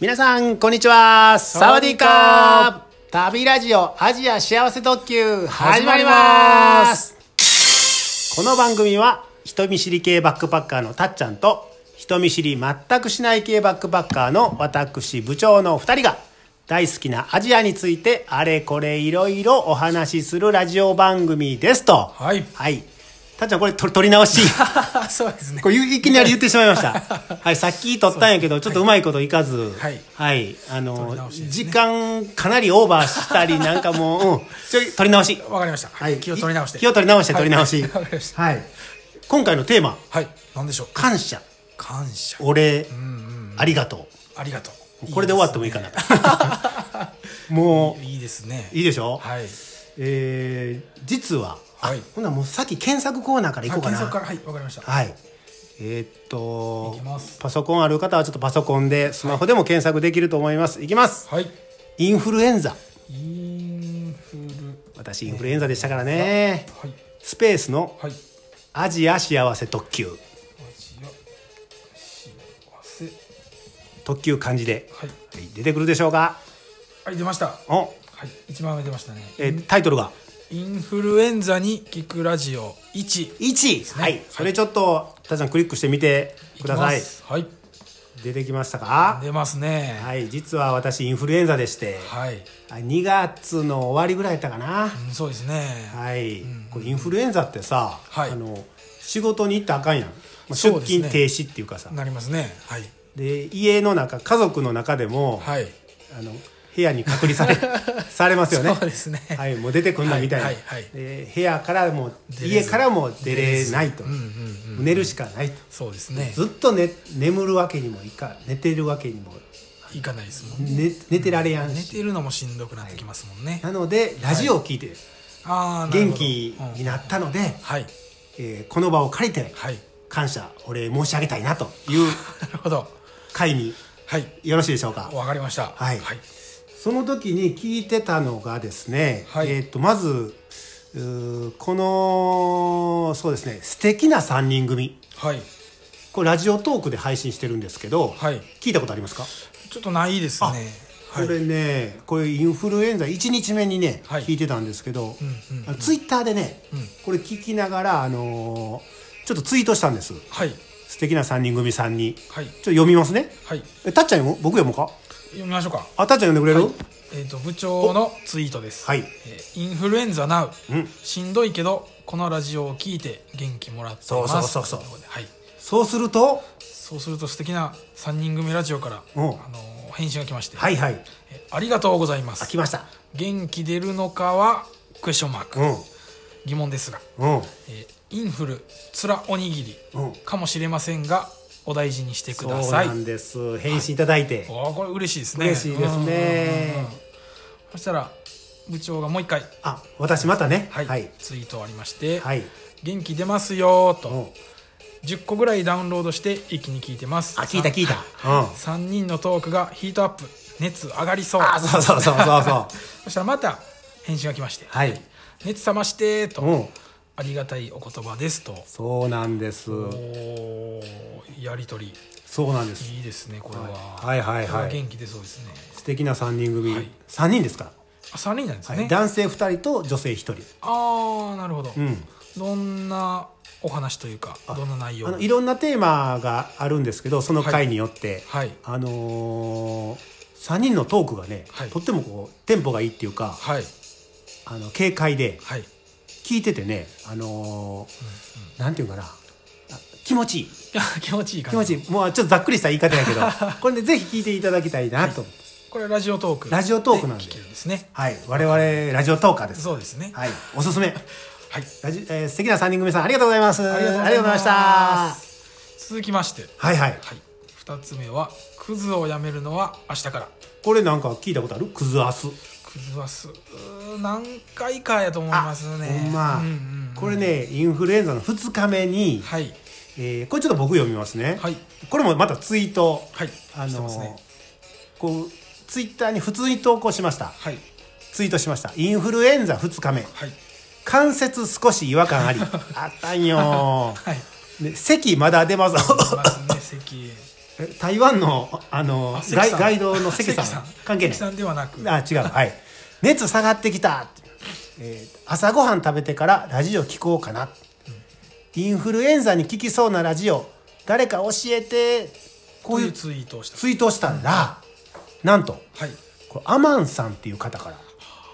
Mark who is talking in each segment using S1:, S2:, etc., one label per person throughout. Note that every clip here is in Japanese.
S1: 皆さん、こんにちは。サ
S2: サ
S1: ワ
S2: ワ
S1: デ
S2: デ
S1: ィー
S2: ィ
S1: カ
S2: ーカ
S1: ー旅ラジオアジア幸せ特急始
S2: 始
S1: ま
S2: ま
S1: り
S2: り
S1: ま
S2: ますす
S1: この番組は人見知り系バックパッカーのたっちゃんと人見知り全くしない系バックパッカーの私部長の2人が大好きなアジアについてあれこれいろいろお話しするラジオ番組ですと。
S2: はい
S1: はい。たっちゃんこれ取取り直し。
S2: そうですね
S1: これいきなり言ってしまいました。はい、さっき取ったんやけど、ちょっとうまいこといかず、
S2: はい
S1: はい、あ
S2: り
S1: の、
S2: 直しです
S1: 時間かなりオーバーしたり、なんかもう、うん、ちょい取り直し。
S2: わかりました、
S1: はい、
S2: 気を取り直して
S1: 気を取り直して、取り直し。
S2: はいわかりました
S1: はい。今回のテーマ、
S2: はい何でしょう
S1: 感謝、
S2: 感謝
S1: お礼、ありがと
S2: ありがとう
S1: う。これで終わってもいいかな。も
S2: いいですね
S1: う、いいでしょ
S2: はい
S1: えー実は、あ
S2: はい
S1: ほんならもうさっき検索コーナーからいこうか
S2: 検
S1: な。
S2: 索からはいわかりました
S1: はい。えーっと
S2: いきます
S1: パソコンある方はちょっとパソコンでスマホでも検索できると思います。いきます。
S2: はい
S1: インフルエンザ。
S2: インフル
S1: 私インフルエンザでしたからね。
S2: はい
S1: スペースの
S2: はいア
S1: アジア幸せ特急。
S2: ジア幸せ
S1: 特急漢字で、
S2: はい
S1: はい出てくるでしょうか。
S2: はい出ましたは
S1: お、
S2: い一番上出ましたね
S1: えータイトルが
S2: インフルエンザに効くラジオ1
S1: 1。
S2: ね
S1: はい。それちょっとたちゃんクリックしてみてください。
S2: きますはい
S1: 出てきましたか。
S2: 出ますね
S1: はい。実は私インフルエンザでして、
S2: はい、
S1: あ2月の終わりぐらいだったかな。
S2: うん、そうですね
S1: はい、これインフルエンザってさ、
S2: はい
S1: あの仕事に行ったらあかんやん、まあ
S2: そ
S1: 出
S2: うですね
S1: 勤停止っていうかさ
S2: なりますねはい
S1: で家の中家族の中でも、
S2: はい
S1: あの部屋に隔離さ れされますよね
S2: そうですね
S1: はい、もう出てくんなみたいな、
S2: はいはいはい
S1: で部屋からも
S2: 出れ
S1: 家
S2: ず
S1: からも出れないと、
S2: うんうんうん
S1: 寝るしかないと
S2: そうですね
S1: ずっと、ね、眠るわけにもいか寝てるわけにも、
S2: いかないですもんね
S1: ね、寝てられやん
S2: 寝
S1: して
S2: るのもしんどくなってきますもんね、
S1: なのでラジオを聞いて
S2: ああなる
S1: 元
S2: ほど
S1: 気になったので、
S2: うんはい
S1: えーこの場を借りて、
S2: はい
S1: 感謝お礼申し上げたいなという
S2: なるほど
S1: 会に
S2: はい
S1: よろしいでしょうか
S2: わかりました
S1: はい
S2: はい
S1: その時に聞いてたのがですね、
S2: はい
S1: えー、とまずうーこのそうですね素敵な3人組
S2: はい
S1: これラジオトークで配信してるんですけど、
S2: はい
S1: 聞いたことありますか、
S2: ちょっとないですねはい
S1: これねこれインフルエンザ1日目にね、
S2: はい
S1: 聞いてたんですけど、
S2: うんうんうん
S1: あのツイッターでね、
S2: うん
S1: これ聞きながら、あのーちょっとツイートしたんです
S2: はい
S1: 素敵な3人組さんにちょ
S2: はい
S1: っと読みますね
S2: はい
S1: えたっちゃん読む僕読もうか
S2: 読みましょうか
S1: あたっちゃん呼んでくれる、
S2: はいえっ、と部長のツイートです
S1: はい
S2: えーインフルエンザナウ、
S1: うん
S2: しんどいけどこのラジオを聞いて元気もらってます
S1: そうそうそうそう
S2: といことではい
S1: そうすると
S2: そうすると素敵な3人組ラジオから、
S1: うん
S2: あのー返信が来まして、
S1: はいはい
S2: えありがとうございま
S1: あ
S2: す
S1: 来ました
S2: 元気出るのかはクエスチョンマーク、
S1: う
S2: 疑問ですが、
S1: んうん
S2: えーインフルつらおにぎり
S1: うん
S2: かもしれませんがお大事にしてく
S1: そう
S2: ださい
S1: なんです返信いただいて、
S2: おーこれ嬉しいですね
S1: 嬉しいですね
S2: うんうんうんそしたら部長がもう一回、
S1: あ私またねは
S2: はい
S1: いはい、
S2: ツイートありまして、
S1: はい
S2: 元気出ますよー
S1: う
S2: と
S1: ん
S2: 10個ぐらいダウンロードして一気に聞いてます
S1: あ聞いた聞いたうん
S2: 3人のトークがヒートアップ熱上がりそう
S1: あそうそうそうそうそう
S2: そしたらまた返信が来まして
S1: はい
S2: 「熱冷まして」と、
S1: うん
S2: ありがたいお言葉です」と
S1: そうなんです
S2: おーやり取り
S1: そうなんです
S2: いいですねこれは、
S1: はいはいはいはい
S2: これ元気出そうですね
S1: 素敵な3人組、
S2: はい
S1: 三3人ですか
S2: あ3人なんです
S1: ら、
S2: ね、
S1: はい、男性2人と女性1人
S2: ああなるほど、
S1: ん
S2: どんなお話というかどんな内容
S1: あのいろんなテーマがあるんですけどその回によって、
S2: はい
S1: あの3人のトークがね、
S2: はい
S1: とってもこうテンポがいいっていうか
S2: はい
S1: あの軽快で
S2: はい
S1: 聞いててね、あのーなんていうかなあ気持ちいい
S2: いや気持ちいい
S1: 気
S2: 感
S1: 持
S2: じ
S1: ちいいもうちょっとざっくりした言い方やけどこれでぜひ聞いていただきたいなと、
S2: これラジオトーク
S1: ラジオトークなんで
S2: 聞けるんですね
S1: はい我々ラジオトーカーです、
S2: そうですね
S1: はい、おすすめ
S2: はい
S1: ラジ、えー素敵な3人組さんありがとうございますありがとうございました
S2: 続きまして
S1: はいはい
S2: はい2つ目はクズをやめるのは明日から
S1: これなんか聞いたことあるクズアス
S2: クズはすうー何回かやと思いますね
S1: ほんま、
S2: うんうんうん
S1: これねインフルエンザの2日目に、
S2: はい
S1: えーこれちょっと僕読みますね、
S2: はい
S1: これもまたツイート
S2: はい
S1: あ
S2: して
S1: の
S2: ますね
S1: こうツイッターに普通に投稿しました
S2: はい
S1: ツイートしましたインフルエンザ2日目
S2: はい
S1: 関節少し違和感あ りあったんよ
S2: はい
S1: で咳まだ出ます
S2: ますね席
S1: え台湾のあの
S2: あ
S1: ガイ
S2: 関さん
S1: ガイドの関さん
S2: 関
S1: 関係ない
S2: 関さんではなく
S1: あ違うはい熱下がってきた、えー朝ごはん食べてからラジオ聞こうかな、インフルエンザに効きそうなラジオ誰か教えてこ
S2: こ
S1: う
S2: う
S1: い
S2: いううツイートをした
S1: ツイートをしたら、なんと
S2: はい
S1: これアマンさんっていう方から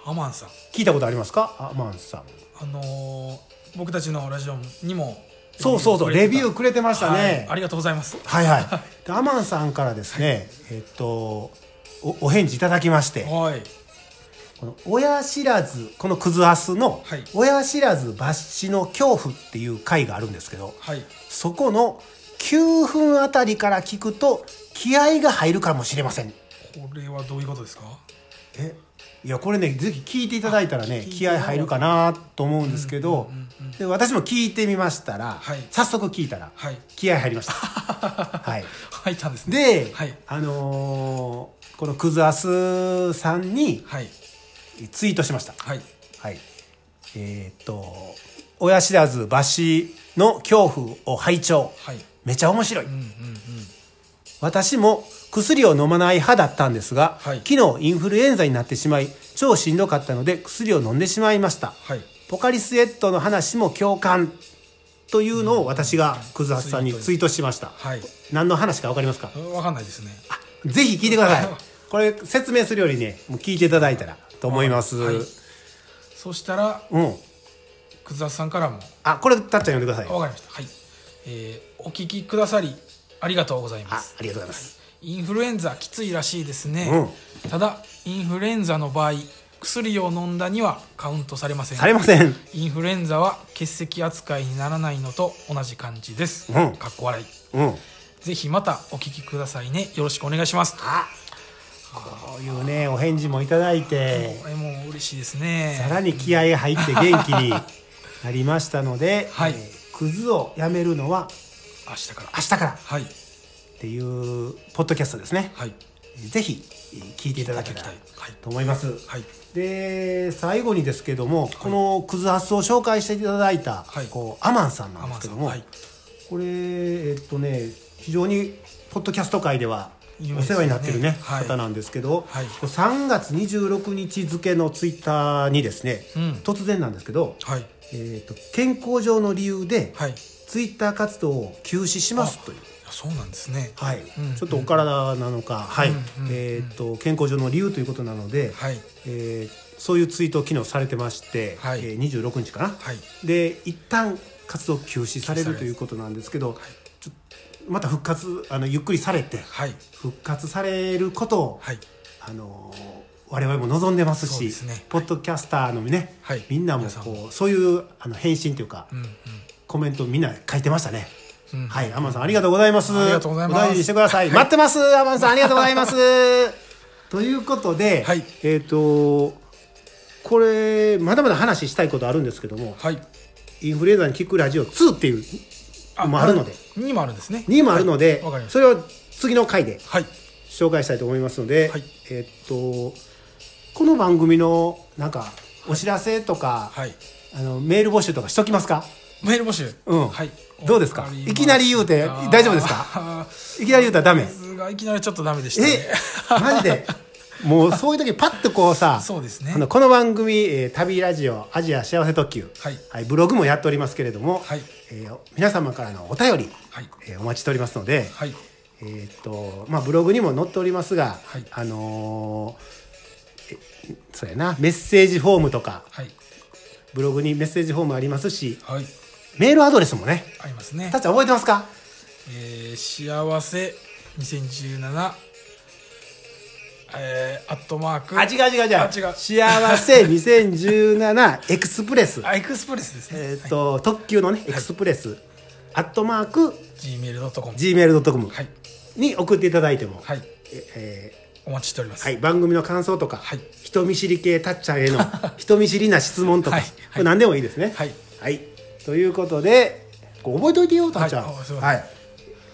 S2: アマンさん
S1: 聞いたことありますかアマンさん
S2: あのー僕たちのラジオにも
S1: そうそうそうレビュー
S2: く
S1: くれてま
S2: れ
S1: してた
S2: た
S1: ね
S2: はい、ありがとうございます
S1: はいはい。でアマンさんからですね、えっと、おお返事いただきまして、
S2: はい
S1: この親知らず、このクズアスの
S2: はい、
S1: 親知らず抜歯の恐怖っていう回があるんですけど、
S2: はい
S1: そこの9分あたりから聞くと、気合が入るかもしれません。
S2: これはどういうことですか
S1: えいやこれねぜひ聞いていただいたらね
S2: あ聞いて
S1: 気合入るかなと思うんですけど、で私も聞いてみましたら、
S2: はい
S1: 早速聞いたら、
S2: はい
S1: 気合入 りました。はい
S2: 入ったんですね
S1: で、
S2: はい
S1: あのーこのクズアスさんに
S2: はい
S1: ツイートしました。
S2: はい
S1: はい。えーっと、親知らず抜歯の恐怖を拝聴。
S2: はい
S1: めちゃ面白い。
S2: うんうんうん
S1: 私も薬を飲まない派だったんですが、
S2: はい
S1: 昨日インフルエンザになってしまい、超しんどかったので薬を飲んでしまいました。
S2: はい
S1: ポカリスエットの話も共感というのを私がクズアスさんにツイートしました。
S2: はい
S1: 何の話かわかりますか
S2: 分かんないですね
S1: ぜひ聞いてください。これ説明するよりね、もう聞いていただいたらと思います。
S2: はいそしたら
S1: うん。
S2: くずあさんからも
S1: あ、これ、たっちゃん呼んでください
S2: あ。わかりましたはい、えーお聞きくださりありがとうございま
S1: あ
S2: す、
S1: ありがとうございます。
S2: インフルエンザきついらしいですね、ただインフルエンザの場合薬を飲んだにはカウントされません
S1: されません。
S2: インフルエンザは血石扱いにならないのと同じ感じで
S1: う
S2: す、
S1: ん
S2: かっこ笑い
S1: うん。
S2: ぜひまたお聞きくださいねよろしくお願いします
S1: あ、こういうね、お返事もいただいて、
S2: これもう嬉しいですね
S1: さらに気合が入って元気になりましたので、
S2: はい
S1: えークズをやめるのは
S2: 明日から
S1: 明日からっ
S2: はい
S1: ていうポッドキャストですね。
S2: はい
S1: ぜひえー聞いていただけたら
S2: いただきたいはい
S1: と思います。
S2: はい
S1: で最後にですけども、このクズハスを紹介していただいた、
S2: はい
S1: こうアマンさんなん
S2: ア
S1: で
S2: マ
S1: すけ
S2: ンさ
S1: ど
S2: ん
S1: も、
S2: はい
S1: これえっとね非常にポッドキャスト界では
S2: 有
S1: お
S2: 名です
S1: 世話
S2: ね
S1: になってるね
S2: はい
S1: 方なんですけど、
S2: はい
S1: こう3月26日付のツイッターにですね、
S2: うん
S1: 突然なんですけど、
S2: はい
S1: えっと健康上の理由で、
S2: はいい
S1: ツイッター活動を休止しますという。
S2: やそうなんですね
S1: はい、
S2: うん
S1: ちょっとお体なのか、はい、
S2: うんうんうん
S1: えっ、と健康上の理由ということなので、
S2: はい
S1: えーそういうツイートを昨日されてまして、
S2: はい
S1: えー26日かな、
S2: はい
S1: で一旦活動休止され
S2: 休止され
S1: る
S2: る
S1: ということなんですけど、ちょまた復活あのゆっくりされて
S2: はい
S1: 復活されることを、
S2: はい
S1: あのー我々も望んでます
S2: そう
S1: し
S2: ですね
S1: ポッドキャスターのね、
S2: はい
S1: みんなも
S2: 皆さん
S1: こうそういうあの返信というか、
S2: うんうん
S1: コメントみんな書いてましたね。
S2: うん
S1: はい、アマンさんありがとうございます。
S2: ありがとうございます
S1: お大事にしてください。待ってます、アマンさんありがとうござい ます。ということで、
S2: はい
S1: えっ、とこれまだまだ話したいことあるんですけども、
S2: はい
S1: インフルエンザに効くラジオ2っていうのもあるので、
S2: 2もあるんですね
S1: 2もあるので、
S2: はいわかりまし
S1: それを次の回で
S2: たはい
S1: 紹介したいと思いますので、
S2: はい
S1: えっ、とこの番組のなんかお知らせとか、
S2: はい
S1: あのメール募集とかしときますか？
S2: メール募集
S1: うん
S2: はい
S1: どうですか
S2: わりました
S1: いきなり言うて大丈夫ですか
S2: あ
S1: いきなり言うたらダメ。
S2: ーさすがいきなりちょっとダメでしたね
S1: えマジでもうそういう時パッとこうさ
S2: そうですね
S1: あのこの番組、えー旅ラジオアジア幸せ特急」
S2: はい
S1: ブログもやっておりますけれども、
S2: はい
S1: えー皆様からのお便り、
S2: はい
S1: えーお待ちしておりますので、
S2: はい
S1: えーっとまあ、ブログにも載っておりますが、
S2: はい
S1: あのーえそうやなメッセージフォームとか
S2: はい
S1: ブログにメッセージフォームありますし
S2: はい
S1: メールアドレスもね
S2: ありますね
S1: たっちゃん覚えてますか
S2: えー幸せ2017えーアットマーク
S1: あ違う違う違う
S2: あ違う
S1: 幸せ2017エク スプレス
S2: あエクスプレスですね
S1: えーっと、特急のね、エクスプレス、アットマーク、
S2: gmail.com
S1: gmail.com
S2: はい
S1: に送っていただいても、
S2: はい
S1: え
S2: お待ちしておりま
S1: ー
S2: す
S1: はい、番組の感想とか、
S2: はい
S1: 人見知り系たっちゃん への人見知りな質問とか、
S2: はいはい
S1: これ何でもいいですね。
S2: はい
S1: ということで、こう覚えといてよ、たっちゃん。
S2: はいあすいません
S1: はい。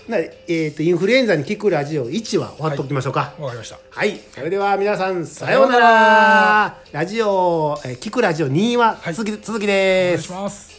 S1: なえーっと、インフルエンザに効くラジオ1は終わっておきましょうか。
S2: わかりました
S1: はい、それでは皆さんさようなら
S2: さようなら
S1: ラジオ、えー聞くラジオ2は
S2: はい
S1: 続き,、続きで
S2: お願い
S1: す
S2: し。ます